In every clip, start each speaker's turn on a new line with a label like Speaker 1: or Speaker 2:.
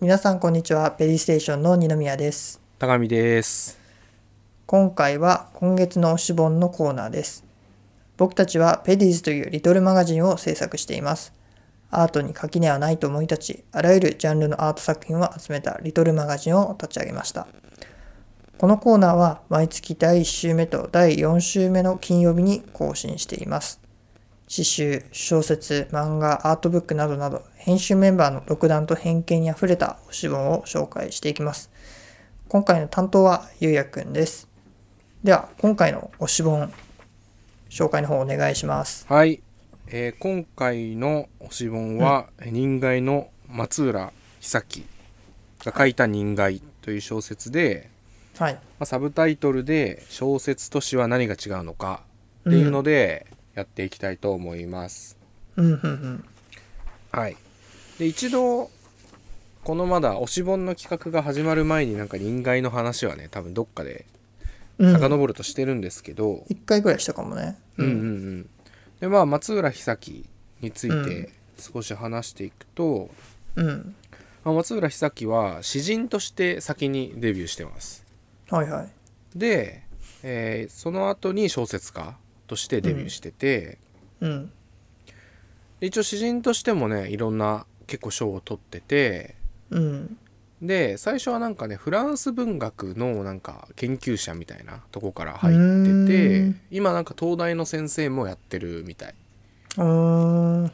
Speaker 1: 皆さんこんにちはベリーステーションの二宮です
Speaker 2: 高見です。
Speaker 1: 今回は今月の推し本のコーナーです僕たちはペディーズというリトルマガジンを制作していますアートに垣根はないと思い立ちあらゆるジャンルのアート作品を集めたリトルマガジンを立ち上げましたこのコーナーは毎月第1週目と第4週目の金曜日に更新しています詩集、小説、漫画、アートブックなどなど編集メンバーの独断と偏見にあふれた推し本を紹介していきます今回の担当はゆうやくんですでは今回の推し本紹介の方お願いします
Speaker 2: はい、えー今回の推し本は、人外の松浦久樹が書いた人外という小説で、
Speaker 1: はい
Speaker 2: まあ、サブタイトルで小説と詩は何が違うのかっていうのでやっていきたいと思います。
Speaker 1: うんうんうん
Speaker 2: はい。で、一度、このまだ推し本の企画が始まる前になんか人外の話はね、多分どっかで
Speaker 1: うん
Speaker 2: 遡るとしてるんですけど、
Speaker 1: 一回ぐらいしたかもね
Speaker 2: うんうんうん、でまあ松浦久樹について少し話していくと、
Speaker 1: うん
Speaker 2: まあ松浦久樹は詩人として先にデビューしてます
Speaker 1: はいはい
Speaker 2: で、えーその後に小説家としてデビューしてて、
Speaker 1: うん
Speaker 2: で一応詩人としてもねいろんな結構賞を取ってて
Speaker 1: うん
Speaker 2: で最初はなんかねフランス文学のなんか研究者みたいなとこから入って
Speaker 1: う
Speaker 2: て
Speaker 1: ん
Speaker 2: 今なんか東大の先生もやってるみたい。
Speaker 1: うーん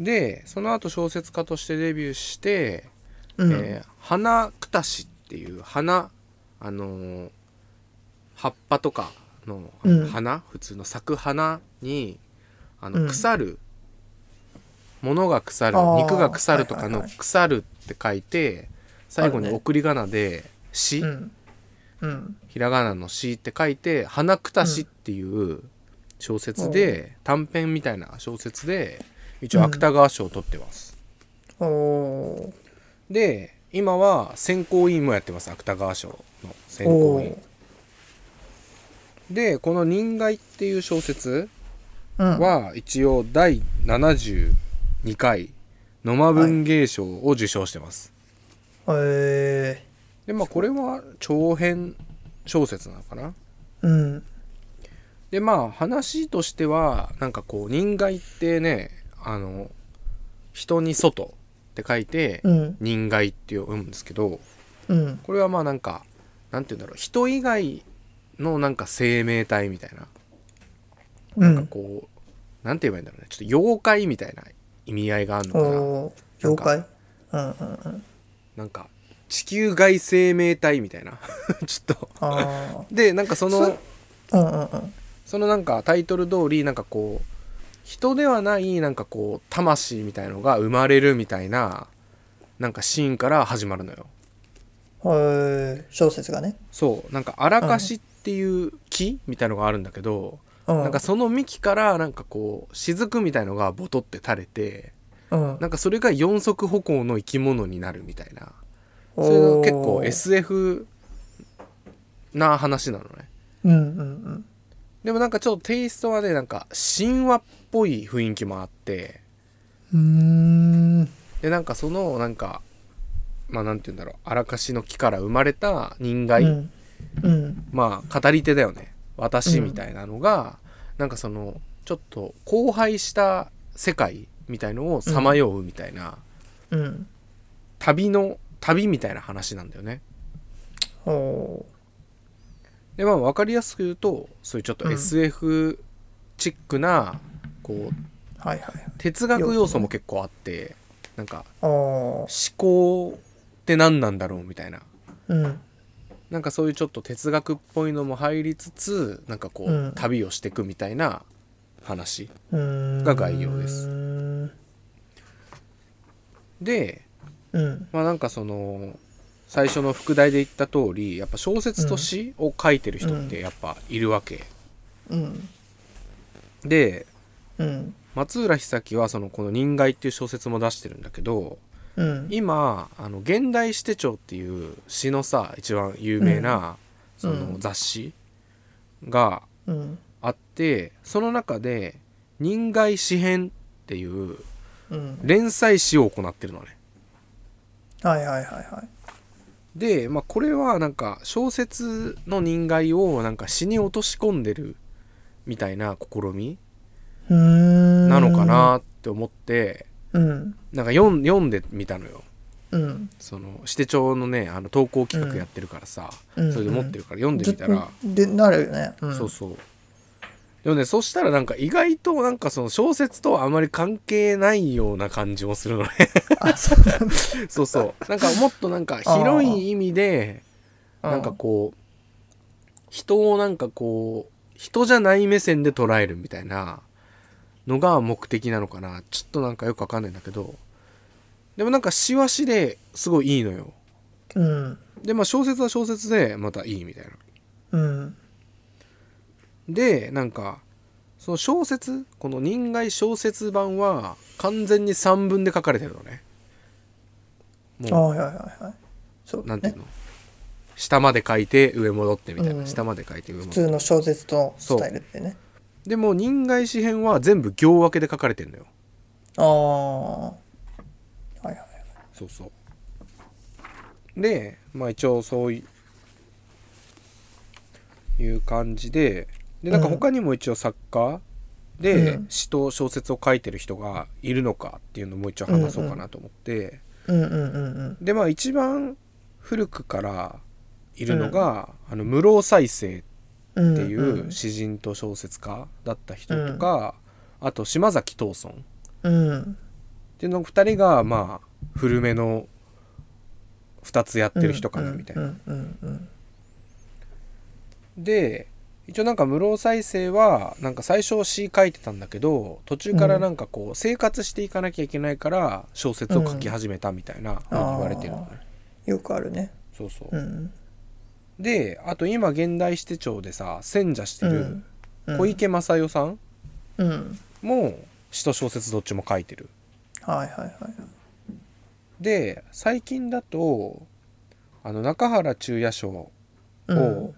Speaker 2: でその後小説家としてデビューして
Speaker 1: う
Speaker 2: 「
Speaker 1: ん
Speaker 2: えー花くたし」っていう花あのー葉っぱとかのあの
Speaker 1: うん
Speaker 2: 花、普通の咲く花にあ
Speaker 1: うん
Speaker 2: の腐る、物が腐る
Speaker 1: あー
Speaker 2: 肉が腐るとか
Speaker 1: はい
Speaker 2: の
Speaker 1: はいはい
Speaker 2: 「腐る」って書いて最後
Speaker 1: あ
Speaker 2: に
Speaker 1: るね
Speaker 2: 送り仮名で「し」
Speaker 1: うんうん
Speaker 2: ひらがなの「し」って書いて「花くたし」っていう小説で、短編みたいな小説で一応芥川賞を取ってます。
Speaker 1: おお
Speaker 2: で今は選考委員もやってます芥川賞の選
Speaker 1: ー
Speaker 2: 考
Speaker 1: お
Speaker 2: 委員
Speaker 1: ー
Speaker 2: でこの「人外」っていう小説
Speaker 1: うん
Speaker 2: は一応第72回野間文芸賞を受賞してます、
Speaker 1: え
Speaker 2: でまあこれは長編小説なのかな
Speaker 1: ーうん
Speaker 2: でまあ話としてはなんかこう人外ってねあの人に外って書いて
Speaker 1: うん
Speaker 2: 人外って読むんですけど、
Speaker 1: うん
Speaker 2: これはまあなんかなんて言うんだろう人以外のなんか生命体みたいな
Speaker 1: う
Speaker 2: なん
Speaker 1: ん
Speaker 2: かこうなんて言えばいいんだろうねちょっと妖怪みたいな意味合いがあるの
Speaker 1: お
Speaker 2: かな
Speaker 1: おー妖怪うんうんうん
Speaker 2: なんか地球外生命体みたいな ちょっと
Speaker 1: あ
Speaker 2: でなんかその
Speaker 1: そあうんうんうん
Speaker 2: そのなんかタイトル通りなんかこう人ではないなんかこう魂みたいのが生まれるみたいななんかシーンから始まるのよ
Speaker 1: はい小説がね
Speaker 2: そうなんかあらかしっていう木みたいのがあるんだけど、
Speaker 1: うん
Speaker 2: なんかその幹からなんかこう雫みたいのがボトって垂れて
Speaker 1: うん
Speaker 2: なんかそれが四足歩行の生き物になるみたいな
Speaker 1: おー
Speaker 2: そういうの結構 SF な話なのね
Speaker 1: うんうん
Speaker 2: でもなんかちょっとテイストはねなんか神話っぽい雰囲気もあって
Speaker 1: うんうーん
Speaker 2: でなんかそのなんかまあなんて言うんだろうあらかしの木から生まれた人外、
Speaker 1: うんうん
Speaker 2: まあ語り手だよね私みたいなのが、なんかそのちょっと荒廃した世界みたいのをさまようみたいな、
Speaker 1: うん
Speaker 2: 旅の旅みたいな話なんだよね。
Speaker 1: おお
Speaker 2: でまあ分かりやすく言うとそういうちょっ
Speaker 1: う
Speaker 2: と
Speaker 1: ん
Speaker 2: SF チックな、こう
Speaker 1: ーはいはい
Speaker 2: 哲学要素も結構あってなんか
Speaker 1: お
Speaker 2: 思考って何なんだろうみたいな
Speaker 1: うん
Speaker 2: なんかそういうちょっと哲学っぽいのも入りつつなんかこう、
Speaker 1: うん
Speaker 2: 旅をしていくみたいな話。
Speaker 1: うーん
Speaker 2: が概要です
Speaker 1: うん
Speaker 2: で
Speaker 1: うん
Speaker 2: まあなんかその最初の副題で言った通りやっぱ小説と詩を書いてる人ってやっぱいるわけ、
Speaker 1: うん
Speaker 2: で
Speaker 1: うん
Speaker 2: 松浦久樹はそのこの「人外」っていう小説も出してるんだけど
Speaker 1: うん
Speaker 2: 今あの現代詩手帳っていう詩のさ一番有名なそ
Speaker 1: うん
Speaker 2: の雑誌が
Speaker 1: うん
Speaker 2: あってその中で「人外詩編」っていう
Speaker 1: うん
Speaker 2: 連載詩を行ってるのね。
Speaker 1: はいはいはいはい
Speaker 2: で、まあ、これはなんか小説の人外をなんか詩に落とし込んでるみたいな試み
Speaker 1: うーん
Speaker 2: なのかなって思って
Speaker 1: うん
Speaker 2: なんか読ん読んでみたのよ
Speaker 1: うん
Speaker 2: その支店長のねあの投稿企画やってるからさ、
Speaker 1: うん
Speaker 2: それで持ってるから読んでみたら、
Speaker 1: でなるよね、うん、
Speaker 2: そうそうでもねそしたらなんか意外となんかその小説とはあまり関係ないような感じもするのね
Speaker 1: あそうなんだ
Speaker 2: そうそうなんかもっとなんか広い意味でなんかこう人をなんかこう人じゃない目線で捉えるみたいなのが目的なのかなちょっとなんかよくわかんないんだけどでもなんかしわしですごいいいのよ
Speaker 1: うん
Speaker 2: でまあ小説は小説でまたいいみたいな
Speaker 1: うん
Speaker 2: でなんかその小説この人外小説版は完全に3文で書かれてるのね
Speaker 1: あ
Speaker 2: も
Speaker 1: はいはいはいはいそうう
Speaker 2: なんていう
Speaker 1: ね
Speaker 2: の下まで書いて上戻ってみたいな、
Speaker 1: うん
Speaker 2: 下まで書いて上
Speaker 1: 普
Speaker 2: 戻って
Speaker 1: 通の小説とスタイルってね
Speaker 2: でも人外詩編は全部行分けで書かれてるのよ
Speaker 1: ああはいはいはい
Speaker 2: そうそうでまあ一応そういういう感じででなんか
Speaker 1: うん
Speaker 2: 他にも一応作家で
Speaker 1: うん
Speaker 2: 詩と小説を書いてる人がいるのかっていうのも一応話そうかなと思って、
Speaker 1: うんうんうんうん
Speaker 2: でまあ一番古くからいるのが、あの室生再生
Speaker 1: うん
Speaker 2: ってい
Speaker 1: うん
Speaker 2: う詩人と小説家だった人とか、あと島崎藤村
Speaker 1: うん
Speaker 2: っていうの2人がまあ古めの2つやってる人かなみたいな。
Speaker 1: うんうんうん
Speaker 2: で一応なんか室生再生はなんか最初詩書いてたんだけど途中からなんかこう生活していかなきゃいけないから小説を書き始めたみたいなふうに言われてるのね。
Speaker 1: よくあるね
Speaker 2: そうそう
Speaker 1: うん
Speaker 2: であと今現代支店長でさ選者してる
Speaker 1: うん
Speaker 2: 小池正代さん
Speaker 1: うん
Speaker 2: も詩と小説どっちも書いてる。
Speaker 1: はいはいはい
Speaker 2: で最近だとあの中原中也賞
Speaker 1: うん
Speaker 2: を、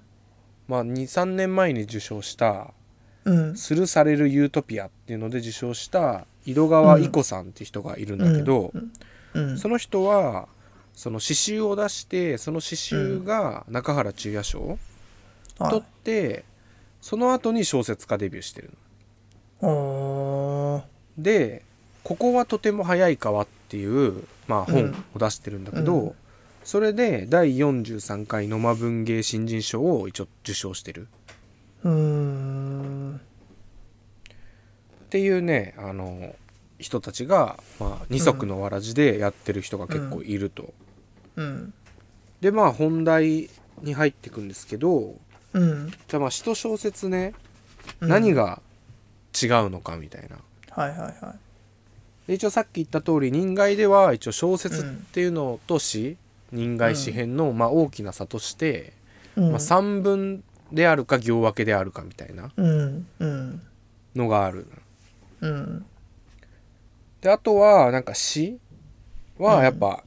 Speaker 2: まあ、23年前に受賞した
Speaker 1: うん
Speaker 2: 「スルされるユートピア」っていうので受賞した井戸川伊子さんっていう人がいるんだけど、
Speaker 1: うん
Speaker 2: その人はその詩集を出してその詩集が中原中也賞を
Speaker 1: はい
Speaker 2: 取って、その後に小説家デビューしてるの。
Speaker 1: おー
Speaker 2: で「ここはとても早い川」っていう、まあ、
Speaker 1: う
Speaker 2: 本
Speaker 1: ん
Speaker 2: を出してるんだけど、
Speaker 1: うん
Speaker 2: それで第43回野間文芸新人賞を一応受賞してる。
Speaker 1: うーん
Speaker 2: っていうねあの人たちが、まあ、二足のわらじでやってる人が結構いると。
Speaker 1: うん
Speaker 2: でまあ本題に入っていくんですけど
Speaker 1: うん
Speaker 2: じゃあまあ詩と小説ね、
Speaker 1: うん
Speaker 2: 何が違うのかみたいな。
Speaker 1: はいはいは
Speaker 2: で一応さっき言った通り人外では一応小説っていうのと詩、人外詩編のまあ大きな差として、
Speaker 1: いうん
Speaker 2: まあ、散文であるか行分けであるかみたいな
Speaker 1: うんうん
Speaker 2: のがある。
Speaker 1: うん
Speaker 2: であとはなんか詩
Speaker 1: う
Speaker 2: は
Speaker 1: ん
Speaker 2: やっぱ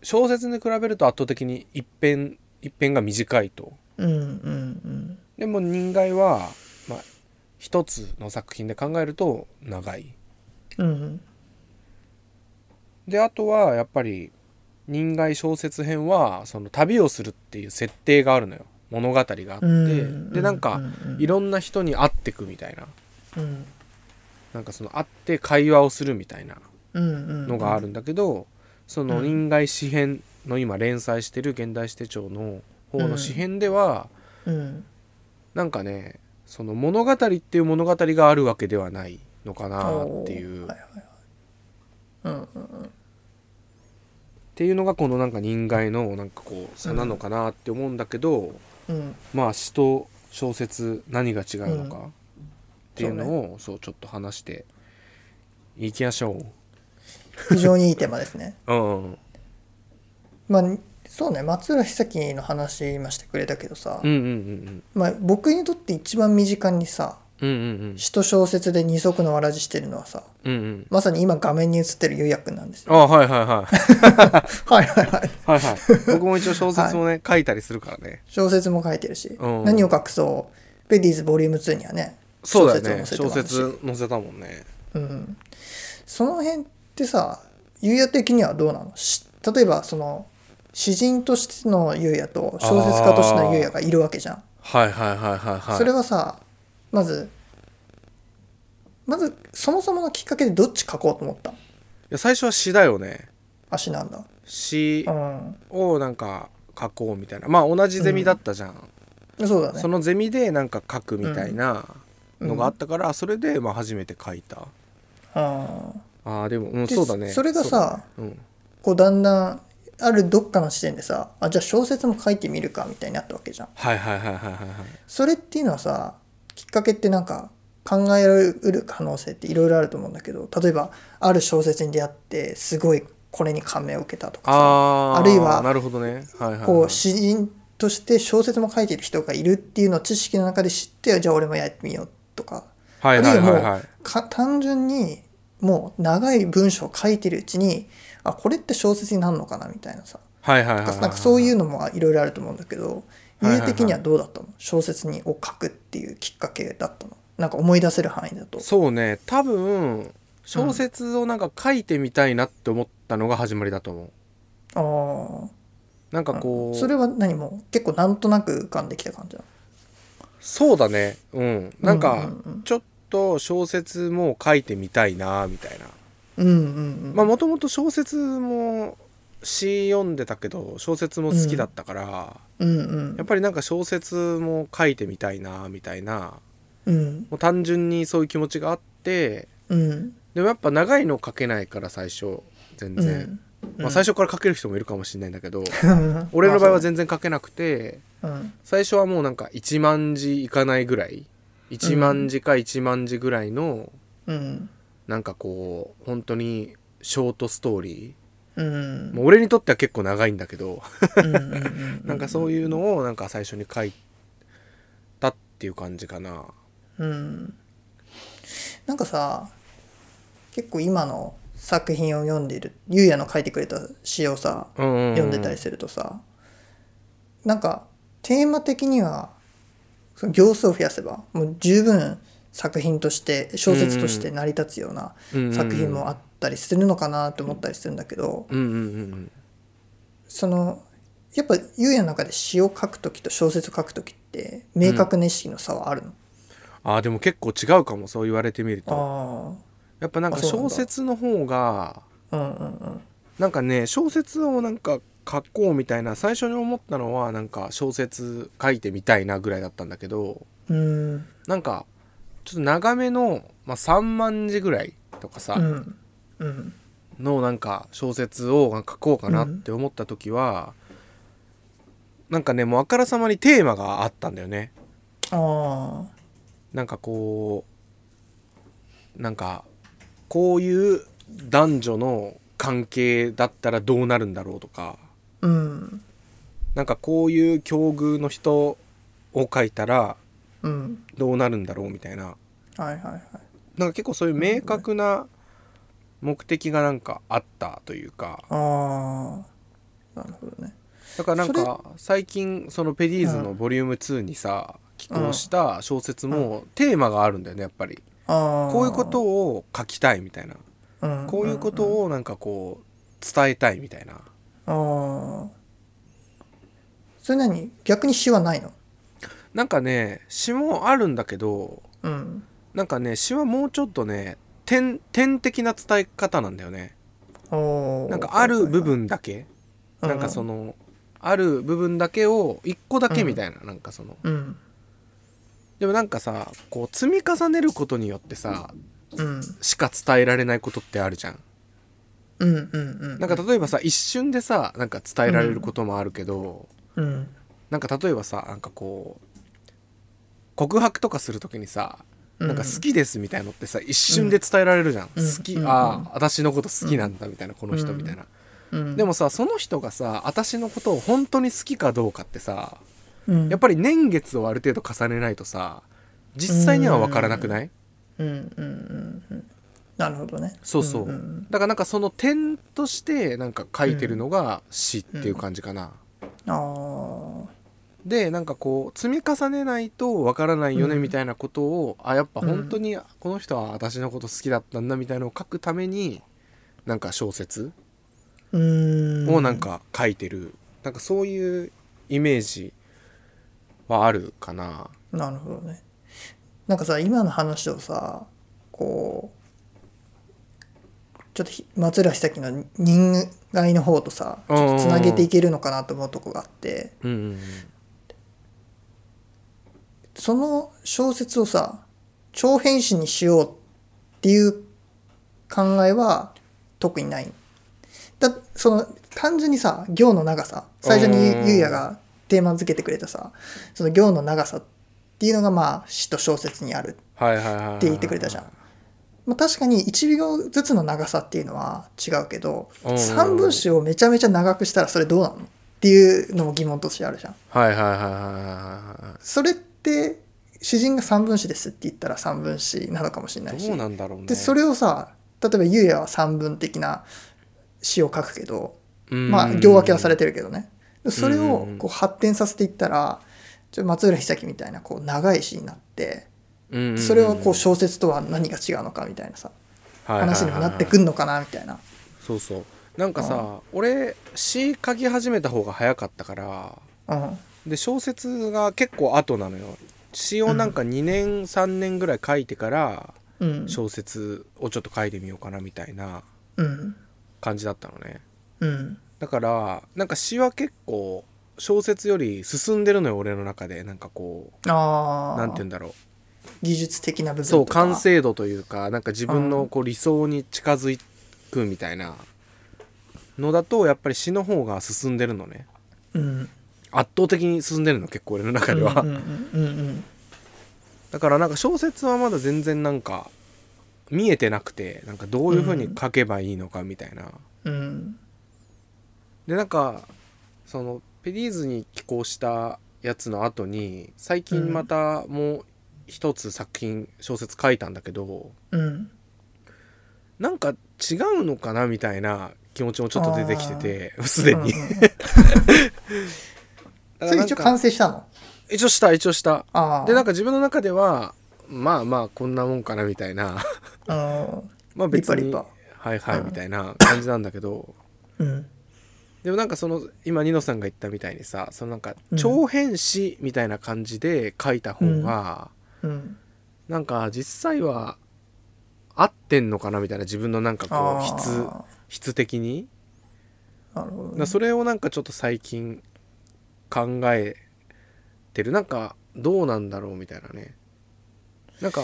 Speaker 2: 小説に比べると圧倒的に一辺一辺が短いと
Speaker 1: うんうん
Speaker 2: でも人外は、まあ、一つの作品で考えると長い
Speaker 1: うんうん
Speaker 2: であとはやっぱり人外小説編はその旅をするっていう設定があるのよ物語があって、
Speaker 1: うん
Speaker 2: でなん
Speaker 1: う
Speaker 2: か
Speaker 1: ん
Speaker 2: いろんな人に会ってくみたいな
Speaker 1: うん
Speaker 2: なんかその会って会話をするみたいな
Speaker 1: うん
Speaker 2: のがあるんだけど、その人外詩編の今連載してる現代史手帳の方の詩編では、
Speaker 1: うん
Speaker 2: なんかねその物語っていう物語があるわけではないのかなっていう、
Speaker 1: おーは
Speaker 2: っ
Speaker 1: いはいはいうんうん
Speaker 2: ていうのがこのなんか人外のなんかこう差なのかなって思うんだけど、
Speaker 1: うん
Speaker 2: まあ詩と小説何が違うのか、
Speaker 1: うん
Speaker 2: っていうのをそう,、ちょっと話していきましょう。
Speaker 1: 非常にいいテーマですね
Speaker 2: うんうん
Speaker 1: まあそうね松浦久樹の話今してくれたけどさ、
Speaker 2: うんうん
Speaker 1: まあ、僕にとって一番身近にさ
Speaker 2: うんうんうん
Speaker 1: 詩と小説で二足のわらじしてるのはさ
Speaker 2: うんうん
Speaker 1: まさに今画面に映ってるゆうやくんなんですよ
Speaker 2: あはいはいはい
Speaker 1: はいはいはい
Speaker 2: はいはい。 僕も一応小説もね、書いたりするからね。
Speaker 1: 小説も書いてるし、
Speaker 2: うん
Speaker 1: 何を隠そうペディーズボリューム2にはね
Speaker 2: そうだよね。
Speaker 1: 小説を
Speaker 2: 小
Speaker 1: 載せてますし
Speaker 2: 説載せたもんね。
Speaker 1: うん、その辺ってさゆうや的にはどうなの詩例えばその詩人としての優也と小説家としての優也がいるわけじゃん。
Speaker 2: はいはいはいはいはい
Speaker 1: それはさまずまずそもそものきっかけでどっち書こうと思った
Speaker 2: いや最初は詩だよね
Speaker 1: 足なんだ。
Speaker 2: 詩
Speaker 1: うん
Speaker 2: をなんか書こうみたいなまあ同じゼミだったじゃん、
Speaker 1: そうだね
Speaker 2: そのゼミでなんか書くみたいなのがあったから、それでまあ初めて書いた
Speaker 1: あ
Speaker 2: あーでも、うん、
Speaker 1: で
Speaker 2: そうだね
Speaker 1: それが
Speaker 2: そうだ
Speaker 1: さ
Speaker 2: ねうん
Speaker 1: こうだんだんあるどっかの視点でさあじゃあ小説も書いてみるかみたいになったわけじゃん
Speaker 2: はいはいはいはいはいはい
Speaker 1: それっていうのはさきっかけってなんか考えられる可能性っていろいろあると思うんだけど例えばある小説に出会ってすごいこれに感銘を受けたとかさ
Speaker 2: あー
Speaker 1: あるいは
Speaker 2: なるほどねはいはい、はい、
Speaker 1: こう詩人として小説も書いてる人がいるっていうのを知識の中で知ってじゃあ俺もやってみようとか
Speaker 2: はいはいはいはい
Speaker 1: か単純にもう長い文章を書いてるうちにあこれって小説になるのかなみたいなさ
Speaker 2: はいはいは
Speaker 1: な
Speaker 2: い
Speaker 1: ん
Speaker 2: は
Speaker 1: か
Speaker 2: い
Speaker 1: なんかそういううのもいろいろあると思うんだけど
Speaker 2: はいはい
Speaker 1: 家的にはどうだったの小説にを書くっていうきっかけだったのなんか思い出せる範囲だと
Speaker 2: そうね多分小説をなんか書いてみたいなって思ったのが始まりだと思う
Speaker 1: あ
Speaker 2: なんか
Speaker 1: あ
Speaker 2: こう
Speaker 1: それは何も結構なんとなく浮かんできた感じだ
Speaker 2: そうだねうんなんか
Speaker 1: うんうんうん
Speaker 2: ちょっと小説も書いてみたいなみたいな
Speaker 1: うんうんうん
Speaker 2: まあもともと小説も詩読んでたけど小説も好きだったから、
Speaker 1: うんうん
Speaker 2: やっぱりなんか小説も書いてみたいなみたいな
Speaker 1: うん
Speaker 2: もう単純にそういう気持ちがあって
Speaker 1: うん
Speaker 2: でもやっぱ長いの書けないから最初全
Speaker 1: うんう
Speaker 2: 然、
Speaker 1: ん
Speaker 2: まあ、最初から書ける人もいるかもしれないんだけど俺
Speaker 1: 俺
Speaker 2: の場 合は全然書けなくて
Speaker 1: うん
Speaker 2: 最初はもうなんか1万字いかないぐらい1万字か1万字ぐらいの
Speaker 1: うん
Speaker 2: なんかこう本当にショートストーリ
Speaker 1: うん
Speaker 2: ーもう俺にとっては結構長いんだけど
Speaker 1: うんうんうん
Speaker 2: なんかそういうのをなんか最初に書いたっていう感じかな。
Speaker 1: うんなんかさ結構今の作品を読んでいるゆうやの書いてくれた詩をさ
Speaker 2: 読
Speaker 1: 読んでたりするとさなんかテーマ的にはその行数を増やせばもう十分作品として小説として成り立つような作品もあったりするのかなと思ったりするんだけど
Speaker 2: うんうんうん
Speaker 1: そのやっぱゆうやの中で詩を書く時と小説を書く時って明確な意識の差はあるの、
Speaker 2: あーでも結構違うかもそう言われてみると
Speaker 1: あ
Speaker 2: やっぱなんか
Speaker 1: あそうなん
Speaker 2: 小
Speaker 1: だ
Speaker 2: 説の方が
Speaker 1: あうんうんうん
Speaker 2: なんかね小説をなんか書こうみたいな最初に思ったのはなんか小説書いてみたいなぐらいだったんだけど
Speaker 1: うん
Speaker 2: なんかちょっと長めの、まあ、3万字ぐらいとかさ、
Speaker 1: うんうん
Speaker 2: のなんか小説を書こうかなって思った時は、なんかねもうあからさまにテーマがあったんだよね。
Speaker 1: あ
Speaker 2: なんかこうなんかこういう男女の関係だったらどうなるんだろうとか
Speaker 1: あうん
Speaker 2: なんかこういう境遇の人を書いたら
Speaker 1: うん
Speaker 2: どうなるんだろうみたいな
Speaker 1: はいはいはい
Speaker 2: なんか結構そういう明確な目的がなんかあったというか
Speaker 1: ああなるほどね
Speaker 2: だからなんか最近そのペディーズのボリューム2にさ寄稿した小説もテーマがあるんだよねやっぱり
Speaker 1: ああ
Speaker 2: こういうことを書きたいみたいな
Speaker 1: うん
Speaker 2: こういうことをなんかこう伝えたいみたいな
Speaker 1: ああそれ何逆に詩はないの
Speaker 2: なんかね詩もあるんだけど
Speaker 1: うん
Speaker 2: なんかね詩はもうちょっとね点点的な伝え方なんだよね
Speaker 1: おー
Speaker 2: なんかある部分だけ
Speaker 1: うん
Speaker 2: なんかそのある部分だけを一個だけみたいななんかその
Speaker 1: うん
Speaker 2: でもなんかさこう積み重ねることによってさ
Speaker 1: うん
Speaker 2: しか伝えられないことってあるじゃん
Speaker 1: うんうんうん
Speaker 2: なんか例えばさ一瞬でさなんか伝えられることもあるけど
Speaker 1: うん
Speaker 2: なんか例えばさなんかこう告白とかする時にさなんか好きですみたいのってさ一瞬で伝えられるじゃん
Speaker 1: うん
Speaker 2: 好き
Speaker 1: うん
Speaker 2: ああ私のこと好きなんだみたいなこの人みたいな
Speaker 1: うん
Speaker 2: でもさその人がさ私のことを本当に好きかどうかってさ
Speaker 1: うん
Speaker 2: やっぱり年月をある程度重ねないとさ実際には分からなくない
Speaker 1: うんうんうんうんなるほどね
Speaker 2: そうそう、
Speaker 1: んん
Speaker 2: だからなんかその点としてなんか書いてるのが詩っていう感じかな、
Speaker 1: ああ
Speaker 2: でなんかこう積み重ねないとわからないよね
Speaker 1: うん
Speaker 2: みたいなことを、あやっぱ本当にこの人は私のこと好きだったんだみたいなのを書くためになんか小説
Speaker 1: うーん
Speaker 2: をなんか書いてる、なんかそういうイメージはあるかな
Speaker 1: なるほどね。なんかさ今の話をさこうちょっとひ松浦久樹の人外の方とさちょっとつなげていけるのかなと思うとこがあって
Speaker 2: うんうんうん
Speaker 1: その小説をさ長編集にしようっていう考えは特にない。だその単純にさ行の長さ最初に
Speaker 2: う
Speaker 1: ゆ
Speaker 2: ん
Speaker 1: ゆうやがテーマ付けてくれたさその行の長さっていうのがまあ詩と小説にある
Speaker 2: はいはいはいはい
Speaker 1: って言ってくれたじゃん。まあ、確かに1秒ずつの長さっていうのは違うけど、
Speaker 2: うんうんうん
Speaker 1: 3分詞をめちゃめちゃ長くしたらそれどうなのっていうのも疑問としてあるじゃん。
Speaker 2: はいはいはいはいはいは
Speaker 1: それって詩人が3分詞ですって言ったら3分詞なのかもしれないい
Speaker 2: はい
Speaker 1: し。
Speaker 2: どうなんだろうね
Speaker 1: でそれをさ例えばゆうやは3分的な詩を書くけど、まあ、行分けはされ
Speaker 2: て
Speaker 1: てるけどね。でそれ
Speaker 2: う
Speaker 1: を
Speaker 2: んうんうん
Speaker 1: こう発展させていったらちょ松浦久樹みたいなこう長い詩になってそれはこう小説とは何が違うのかみたいなさ。話にもなってくんのかなみたいな。
Speaker 2: そうそうなんかさ俺詩書き始めた方が早かったから
Speaker 1: うん。
Speaker 2: で小説が結構後なのよ詩をなんか2年、3年ぐらい書いてから
Speaker 1: うん。
Speaker 2: 小説をちょっと書いてみようかなみたいな
Speaker 1: うん。
Speaker 2: 感じだったのね
Speaker 1: うん。
Speaker 2: だからなんか詩は結構小説より進んでるのよ俺の中でなんかこ
Speaker 1: ああ。
Speaker 2: うなんて言うんだろう
Speaker 1: 技術的な部分
Speaker 2: そう
Speaker 1: とか。
Speaker 2: 完。成度というかなんか自分のこう理想に近づくみたいなのだとやっぱり詩の方が進んでるのね
Speaker 1: うん。
Speaker 2: 圧倒的に進んでるの結構俺の中では、
Speaker 1: うんうんうんうん
Speaker 2: だからなんか小説はまだ全然なんか見えてなくてなんかどういう風に書けばいいのかみたいな、
Speaker 1: うん。うん。
Speaker 2: でなんかそのペリーズに寄稿したやつの後に最近またもう一つ作品小説書いたんだけど
Speaker 1: うん。
Speaker 2: なんか違うのかなみたいな気持ちもちょっと出てきてて すでに、
Speaker 1: うんうんうんそ
Speaker 2: だから
Speaker 1: れ
Speaker 2: なん
Speaker 1: 一応
Speaker 2: か
Speaker 1: 完成したの
Speaker 2: 一応した一応した
Speaker 1: ああ。
Speaker 2: でなん
Speaker 1: か、
Speaker 2: か自分の中ではまあまあこんなもんかなみたいな まあ別に
Speaker 1: リパリ
Speaker 2: はい
Speaker 1: う
Speaker 2: はい
Speaker 1: ん
Speaker 2: みたいな感じなんだけど、
Speaker 1: うん。うん。
Speaker 2: でもなんかその今ニノさんが言ったみたいにさそのなんか
Speaker 1: うん
Speaker 2: 長編詩みたいな感じで書いた方が、
Speaker 1: うん。
Speaker 2: なんか実際は合ってんのかなみたいな自分のなんかこう
Speaker 1: あ
Speaker 2: 質
Speaker 1: あ
Speaker 2: 質的に、
Speaker 1: なるほど
Speaker 2: だか
Speaker 1: ね
Speaker 2: ら。それをなんかちょっと最近考えてるなんかどうなんだろうみたいなねなんか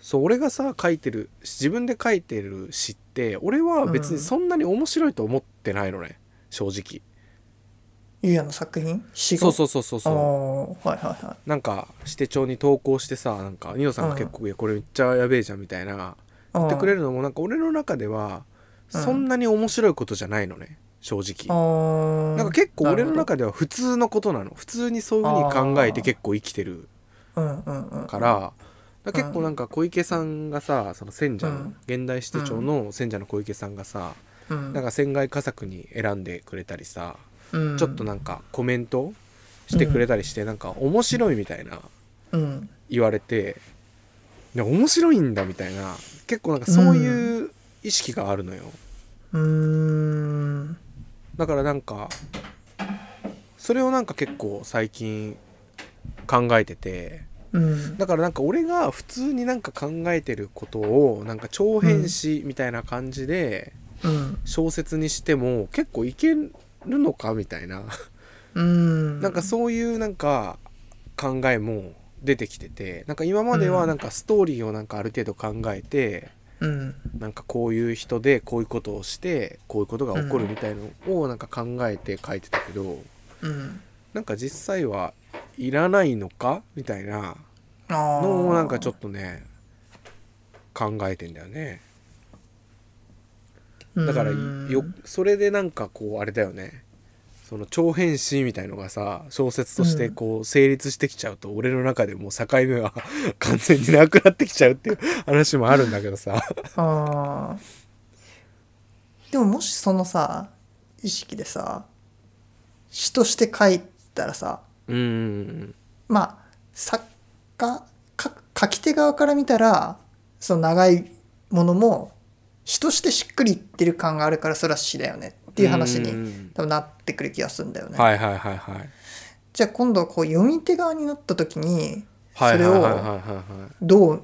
Speaker 2: そう俺がさ書いてる自分で書いてる詩って俺は別にそんなに面白いと思ってないのね、正直。
Speaker 1: ゆうやの作品詩
Speaker 2: そう
Speaker 1: う
Speaker 2: そうそうそう
Speaker 1: ああ
Speaker 2: そう。
Speaker 1: はいはいはい。
Speaker 2: なんか指定帳に投稿してさなんかニノさんが結構「いやこれめっちゃやべえじゃん」みたいな
Speaker 1: 言
Speaker 2: 言ってくれるのもなんか俺の中では
Speaker 1: うん
Speaker 2: そんなに面白いことじゃないのね正
Speaker 1: あ
Speaker 2: 直
Speaker 1: あ。
Speaker 2: なんか結構俺の
Speaker 1: なる
Speaker 2: 中では普通のことなの普通にそういうふうに考えて結構生きてる
Speaker 1: ほど。うんうんうん。
Speaker 2: からだから結構なんか小池さんがさその選者
Speaker 1: うん
Speaker 2: の現代指定帳の選者の小池さんがさ
Speaker 1: うん。
Speaker 2: なんか船外佳作に選んでくれたりさ
Speaker 1: うん、
Speaker 2: ちょっとなんかコメントしてくれたりしてなんか面白いみたいな
Speaker 1: うん。
Speaker 2: 言われていや面白いんだみたいな結構なんかそういう意識があるのよ、
Speaker 1: うーん。
Speaker 2: だからなんかそれをなんか結構最近考えてて
Speaker 1: うん。
Speaker 2: だからなんか俺が普通になんか考えてることをなんか長編詩みたいな感じで
Speaker 1: うん。
Speaker 2: 小説にしても結構いけるのかみたいな、
Speaker 1: うん。
Speaker 2: なんかそういうなんか考えも出てきててなんか今まではなんかストーリーをなんかある程度考えて、
Speaker 1: うん。
Speaker 2: なんかこういう人でこういうことをしてこういうことが起こるみたいのをなんか考えて書いてたけど、
Speaker 1: うん。
Speaker 2: なんか実際はいらないのかみたいな
Speaker 1: ああ。
Speaker 2: のをなんかちょっとね考えてんだよね
Speaker 1: と
Speaker 2: だからよそれでなんかこうあれだよねその長編詩みたいのがさ小説としてこう成立してきちゃうと俺の中でもう境目が完全になくなってきちゃうっていう話もあるんだけどさ
Speaker 1: ああ。でももしそのさ、意識でさ、詩として書いたらさ、
Speaker 2: うんうん
Speaker 1: まあ、作家、か書き手側から見たら、その長いものも詩としてしっくりいってる感があるからそれは詩だよねっていう話に多分なってくる気がするんだよね。
Speaker 2: はいはいはいはい
Speaker 1: じゃあ今度はこう読み手側になった時に
Speaker 2: は
Speaker 1: そ
Speaker 2: いはい
Speaker 1: れ
Speaker 2: はいは
Speaker 1: を
Speaker 2: いはい
Speaker 1: どう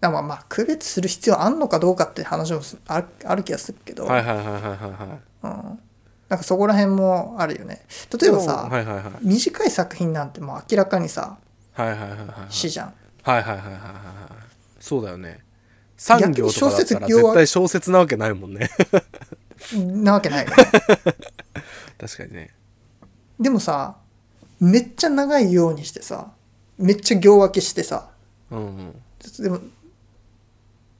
Speaker 1: まあまあ区別する必要あんのかどうかって話もすあるある気がするけど、
Speaker 2: はいはいはいはいはいはい
Speaker 1: うん、なんかそこら辺もあるよね。例えばさ、
Speaker 2: はいはいはいはい
Speaker 1: 短い作品なんてもう明らかにさ
Speaker 2: はいはいはいはい
Speaker 1: 詩じゃん。
Speaker 2: はいはいはいはいはいはいそうだよね産業とかだ
Speaker 1: 逆に小
Speaker 2: ったら
Speaker 1: 説業は
Speaker 2: 絶対小説なわけないもん ね
Speaker 1: なわけ ないよね。
Speaker 2: 確かにね
Speaker 1: でもさめっちゃ長いようにしてさめっちゃ行分けしてさ
Speaker 2: うんうん
Speaker 1: でも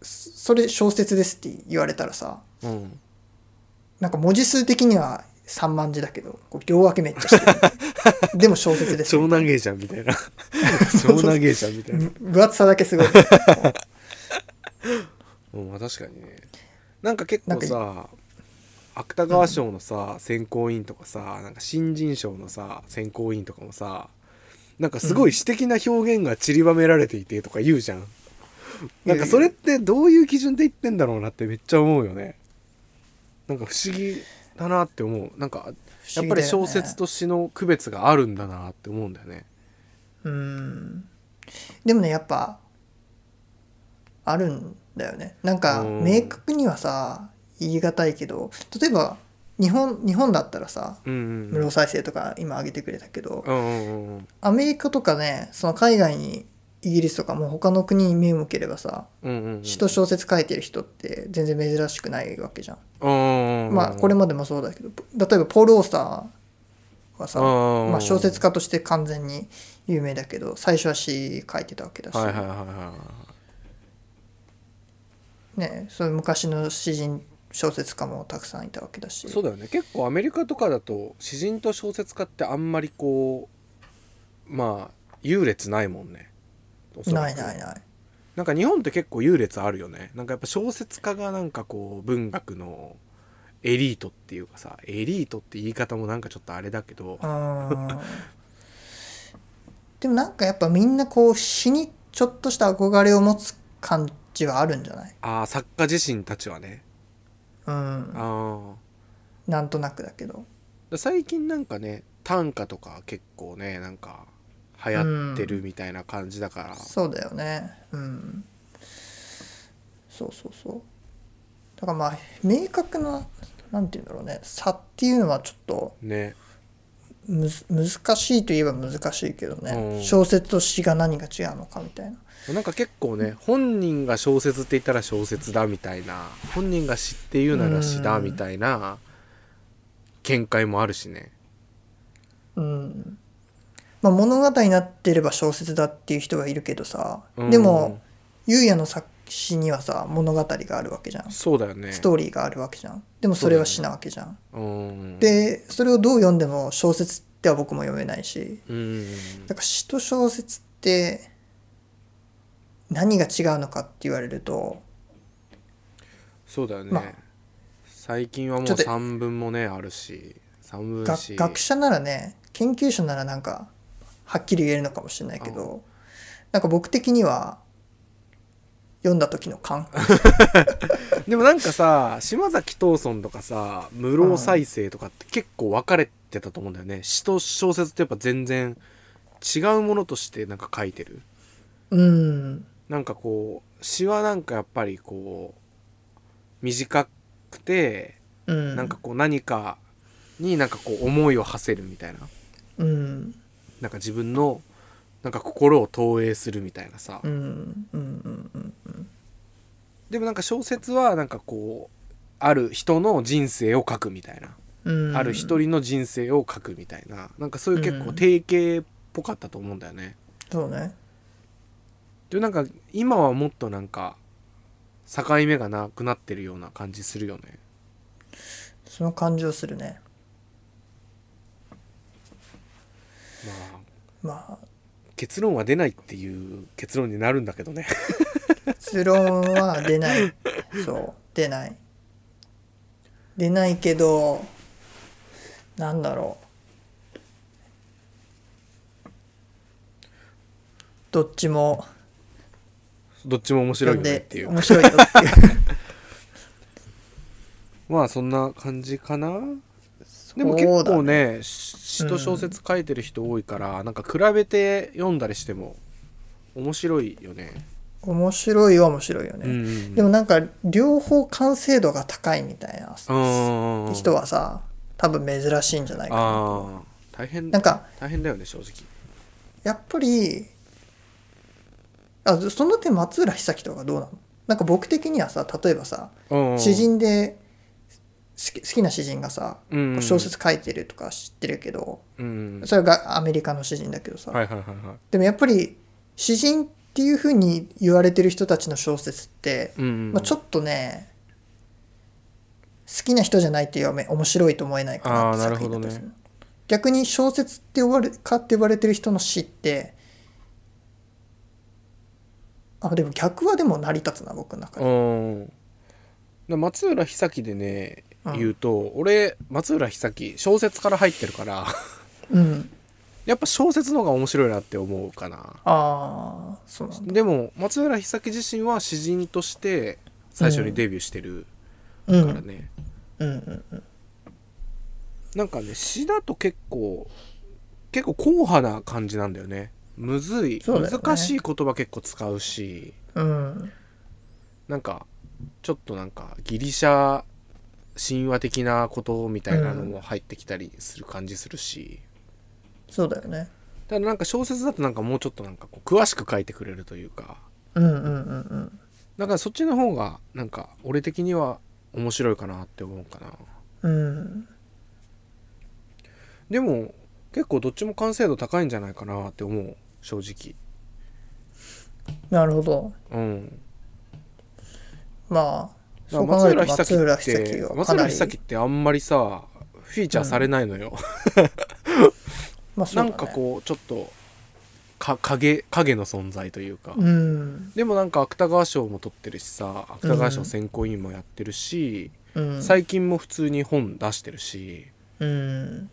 Speaker 1: そそれ小説ですって言われたらさ
Speaker 2: うん
Speaker 1: なんか文字数的には3万字だけどこう行分けめっちゃして るでも小説です
Speaker 2: 超長えじゃんみた いな超長えじゃんみたいな
Speaker 1: ぶ分厚さだけすごい
Speaker 2: うんまあ確かにねなんか結構さ芥川賞のさ選考委員とかさなんか新人賞のさ選考委員とかもさなんかすごい詩的な表現が散りばめられていてとか言うじゃん、なんかそれってどういう基準で言ってんだろうなってめっちゃ思うよねなんか不思議だなって思うなんか
Speaker 1: 不
Speaker 2: やっ
Speaker 1: 思議だよね
Speaker 2: ぱり小説と詩の区別があるんだなって思うんだよね
Speaker 1: うんでもねやっぱあるんだよねなんか
Speaker 2: うん
Speaker 1: 明確にはさ言い難いけど例えば日本日本だったらさ
Speaker 2: うんうんう
Speaker 1: 室
Speaker 2: ん
Speaker 1: 尾再生とか今挙げてくれたけど
Speaker 2: うんうんうん
Speaker 1: アメリカとかねその海外にイギリスとかもう他の国に目を向ければさ
Speaker 2: うんうんうん
Speaker 1: 詩と小説書いてる人って全然珍しくないわけじゃん。
Speaker 2: うんうんうん
Speaker 1: まあこれまでもそうだけど例えばポール・オースターはさ、
Speaker 2: うん
Speaker 1: まあ、小説家として完全に有名だけど最初は詩書いてたわけだし、
Speaker 2: はいはいはいは
Speaker 1: ね、そういう昔の詩人小説家もたくさんいたわけだし
Speaker 2: いそうだよね結構アメリカとかだと詩人と小説家ってあんまりこうまあ優劣ないもんねおそらく
Speaker 1: ないないない。
Speaker 2: なんか日本って結構優劣あるよねなんかやっぱ小説家がなんかこう文学のエリートっていうかさエリートって言い方もなんかちょっとあれだけど
Speaker 1: うーんでもなんかやっぱみんなこう詩にちょっとした憧れを持つ感じはあるんじゃない
Speaker 2: あー作家自身たちはね
Speaker 1: うん
Speaker 2: あ
Speaker 1: なんとなくだけど
Speaker 2: あ最近なんかね短歌とか結構ねなんか流行ってるみたいな感じだから、
Speaker 1: そうだよねうんそうそうそうだからまあ明確ななんて言うんだろうね差っていうのはちょっと
Speaker 2: ね
Speaker 1: むず難しいといえば難しいけどね、
Speaker 2: うん
Speaker 1: 小説と詩が何が違うのかみたいな
Speaker 2: なんか結構ね本人が小説って言ったら小説だみたいな本人が詩って言うなら詩だ
Speaker 1: うん
Speaker 2: みたいな見解もあるしね
Speaker 1: うんまあ、物語になってれば小説だっていう人はいるけどさ、
Speaker 2: うん
Speaker 1: でも優也の作詞にはさ物語があるわけじゃん、
Speaker 2: そうだよね
Speaker 1: ストーリーがあるわけじゃんでもそれは詩なわけじゃん、
Speaker 2: うん
Speaker 1: でそれをどう読んでも小説っては僕も読めないし
Speaker 2: うん
Speaker 1: だから詩と小説って何が違うのかって言われると
Speaker 2: そうだよね、
Speaker 1: まあ
Speaker 2: 最近はもう
Speaker 1: ちょっと
Speaker 2: 3文もねあるし3文
Speaker 1: が
Speaker 2: し
Speaker 1: 学者ならね研究者ならなんかはっきり言えるのかもしれないけどなんか僕的には読んだ時の 感
Speaker 2: でもなんかさ島崎藤村とかさ室尾再生とかって結構分かれてたと思うんだよね詩と小説ってやっぱ全然違うものとしてなんか書いてる
Speaker 1: うん
Speaker 2: なんかこう詩はなんかやっぱりこう短くて
Speaker 1: うん
Speaker 2: なんかこう何かになんかこう思いを馳せるみたいな
Speaker 1: うん
Speaker 2: なんか自分のなんか心を投影するみたいなさ
Speaker 1: うんうんうんうん
Speaker 2: でもなんか小説はなんかこうある人の人生を書くみたいな
Speaker 1: うん
Speaker 2: ある一人の人生を書くみたいななんかそういう結構定型っぽかったと思うんだよね。
Speaker 1: そうね
Speaker 2: でなんか今はもっとなんか境目がなくなってるような感じするよね。
Speaker 1: その感じをするね
Speaker 2: まあ
Speaker 1: まあ
Speaker 2: 結論は出ないっていう結論になるんだけどね
Speaker 1: 結論は出ないそう出ない出ないけどなんだろうどっちも
Speaker 2: どっちも面白い
Speaker 1: 読ん
Speaker 2: よねっ
Speaker 1: で
Speaker 2: ていう
Speaker 1: 面白いよっていう
Speaker 2: まあそんな感じかな
Speaker 1: そう
Speaker 2: で
Speaker 1: だね
Speaker 2: も結構ね詩と小説書いてる人多いから、なんか比べて読んだりしても面白いよね、
Speaker 1: 面白いは面白いよね、
Speaker 2: うん
Speaker 1: でもなんか両方完成度が高いみたいな
Speaker 2: うん
Speaker 1: 人はさ多分珍しいんじゃないかな
Speaker 2: ああ大変
Speaker 1: なんか
Speaker 2: 大変だよね正直
Speaker 1: やっぱりあその点松浦久樹とかどうなのなんか僕的にはさ例えばさ
Speaker 2: うん
Speaker 1: 詩人で好き好きな詩人がさ
Speaker 2: うん
Speaker 1: 小説書いてるとか知ってるけど、
Speaker 2: うん
Speaker 1: それがアメリカの詩人だけどさ、
Speaker 2: はいはいはいはい
Speaker 1: でもやっぱり詩人っていうふうに言われてる人たちの小説って、
Speaker 2: うん
Speaker 1: まあ、ちょっとね好きな人じゃないっていうめ面白いと思えないかなって
Speaker 2: あーなる
Speaker 1: 作
Speaker 2: ほ
Speaker 1: 品だ
Speaker 2: ど
Speaker 1: っ
Speaker 2: ね
Speaker 1: たりする逆に小説って呼ばれかって言われてる人の詩ってあでも逆はでも成り立つな僕の中で
Speaker 2: うんで松浦久樹でね
Speaker 1: うん
Speaker 2: 言うと、俺松浦久樹小説から入ってるから
Speaker 1: うん
Speaker 2: やっぱ小説の方が面白いなって思うかな
Speaker 1: ああそうなんだ
Speaker 2: でも松浦久樹自身は詩人として最初にデビューしてる
Speaker 1: うん
Speaker 2: からね、
Speaker 1: うんうんうん
Speaker 2: なんかね詩だと結構結構硬派な感じなんだよねむずい、
Speaker 1: そうだよね
Speaker 2: 難しい言葉結構使うし
Speaker 1: うん
Speaker 2: なんかちょっとなんかギリシャ神話的なことみたいなのも入ってきたりする感じするし、
Speaker 1: そうだよね
Speaker 2: ただなんか小説だとなんかもうちょっとなんかこう詳しく書いてくれるというか
Speaker 1: うんうんうんうん
Speaker 2: だからそっちの方がなんか俺的には面白いかなって思うかな
Speaker 1: うん
Speaker 2: でも結構どっちも完成度高いんじゃないかなって思う正
Speaker 1: なるほど
Speaker 2: 直うん
Speaker 1: まあ
Speaker 2: だ
Speaker 1: そ
Speaker 2: か
Speaker 1: う考えると
Speaker 2: ら松浦久
Speaker 1: 松
Speaker 2: 樹
Speaker 1: 浦
Speaker 2: っ
Speaker 1: 久樹
Speaker 2: て
Speaker 1: は
Speaker 2: 松
Speaker 1: かな
Speaker 2: 浦
Speaker 1: り
Speaker 2: 久樹ってあんまりさフィーチャーされないのよ、
Speaker 1: まあそう
Speaker 2: な
Speaker 1: だね
Speaker 2: んかこうちょっとか影影の存在というか、
Speaker 1: うん
Speaker 2: でもなんか芥川賞も取ってるしさ芥川賞選考委員もやってるし、
Speaker 1: うん
Speaker 2: 最近も普通に本出してるし
Speaker 1: うん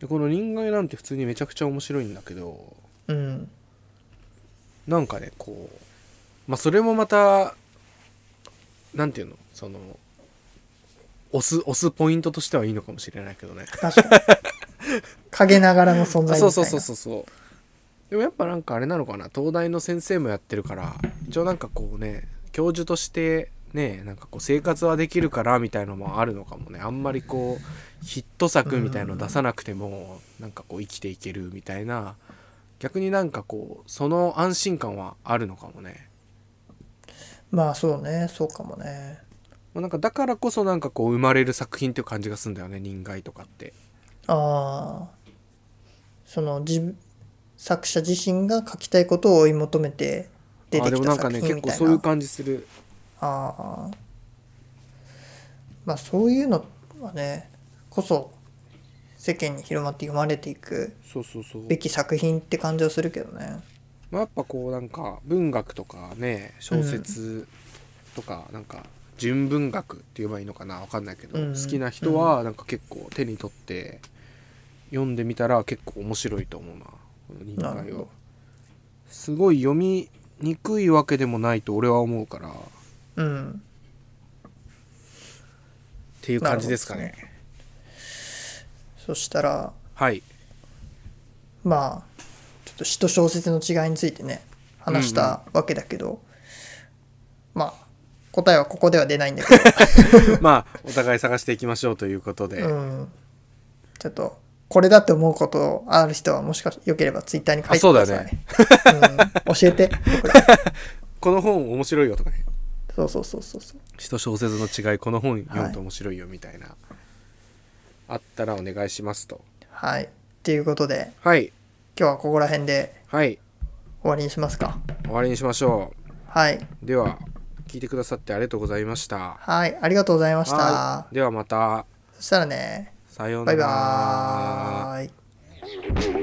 Speaker 2: でこの「人外なんて普通にめちゃくちゃ面白いんだけど
Speaker 1: うん
Speaker 2: なんかねこうまあそれもまたなんていうのその押す押すポイントとしてはいいのかもしれないけどね
Speaker 1: 確 かに陰ながらの存在みたいな
Speaker 2: そうそうそうそうそうでもやっぱなんかあれなのかな東大の先生もやってるから一応なんかこうね教授としてねなんかこう生活はできるからみたいのもあるのかもねあんまりこうヒット作みたいの出さなくてもなんかこう生きていけるみたいな逆になんかこうその安心感はあるのかもね、
Speaker 1: まあそうねそうかもね
Speaker 2: まあ、なんかだからこそなんかこう生まれる作品っていう感じがするんだよね人外とかって
Speaker 1: ああその自作者自身が書きたいことを追い求めて出て
Speaker 2: あで
Speaker 1: き
Speaker 2: も
Speaker 1: た
Speaker 2: なんか
Speaker 1: 作
Speaker 2: ね
Speaker 1: 品
Speaker 2: 結
Speaker 1: み
Speaker 2: 構
Speaker 1: たい
Speaker 2: そ
Speaker 1: な
Speaker 2: ういう感じする
Speaker 1: ああまあそういうのはねこそ世間に広まって読まれていく
Speaker 2: そうそうそう
Speaker 1: べき作品って感じはするけどね
Speaker 2: まあ、やっぱこうなんか文学とかね小説とかなんか純文学って言えばいいのかなわかんないけど、
Speaker 1: うん
Speaker 2: 好きな人はなんか結構手に取って読んでみたら結構面白いと思うなこの人
Speaker 1: なる
Speaker 2: 界
Speaker 1: ほ
Speaker 2: を
Speaker 1: ど
Speaker 2: すごい読みにくいわけでもないと俺は思うからっ
Speaker 1: うん
Speaker 2: ていう感じですかね
Speaker 1: なるそしたら
Speaker 2: はい
Speaker 1: まあちょっと詩と小説の違いについてね話したわけだけど、まあ答えはここでは出ないんだけ
Speaker 2: まあお互い探していきましょうということで、
Speaker 1: ど、うん、ちょっとこれだって思うことある人はもしかしよければツイッターに書いてくださいうん、教えて僕ら
Speaker 2: この本面白いよとかね
Speaker 1: そうそうそうそうそう
Speaker 2: 詩と小説の違いこの本読むと面白いよみたいな、あったらお願いしますと
Speaker 1: はいということで
Speaker 2: はい
Speaker 1: 今日はここら辺で
Speaker 2: はい
Speaker 1: 終わりにしますか
Speaker 2: 終わりにしましょ
Speaker 1: はいう
Speaker 2: では聞いてくださってありがとうございました
Speaker 1: はいありがとうございました
Speaker 2: はいではまた
Speaker 1: そしたらね
Speaker 2: さよう
Speaker 1: バ
Speaker 2: な
Speaker 1: イ
Speaker 2: ら
Speaker 1: バーイ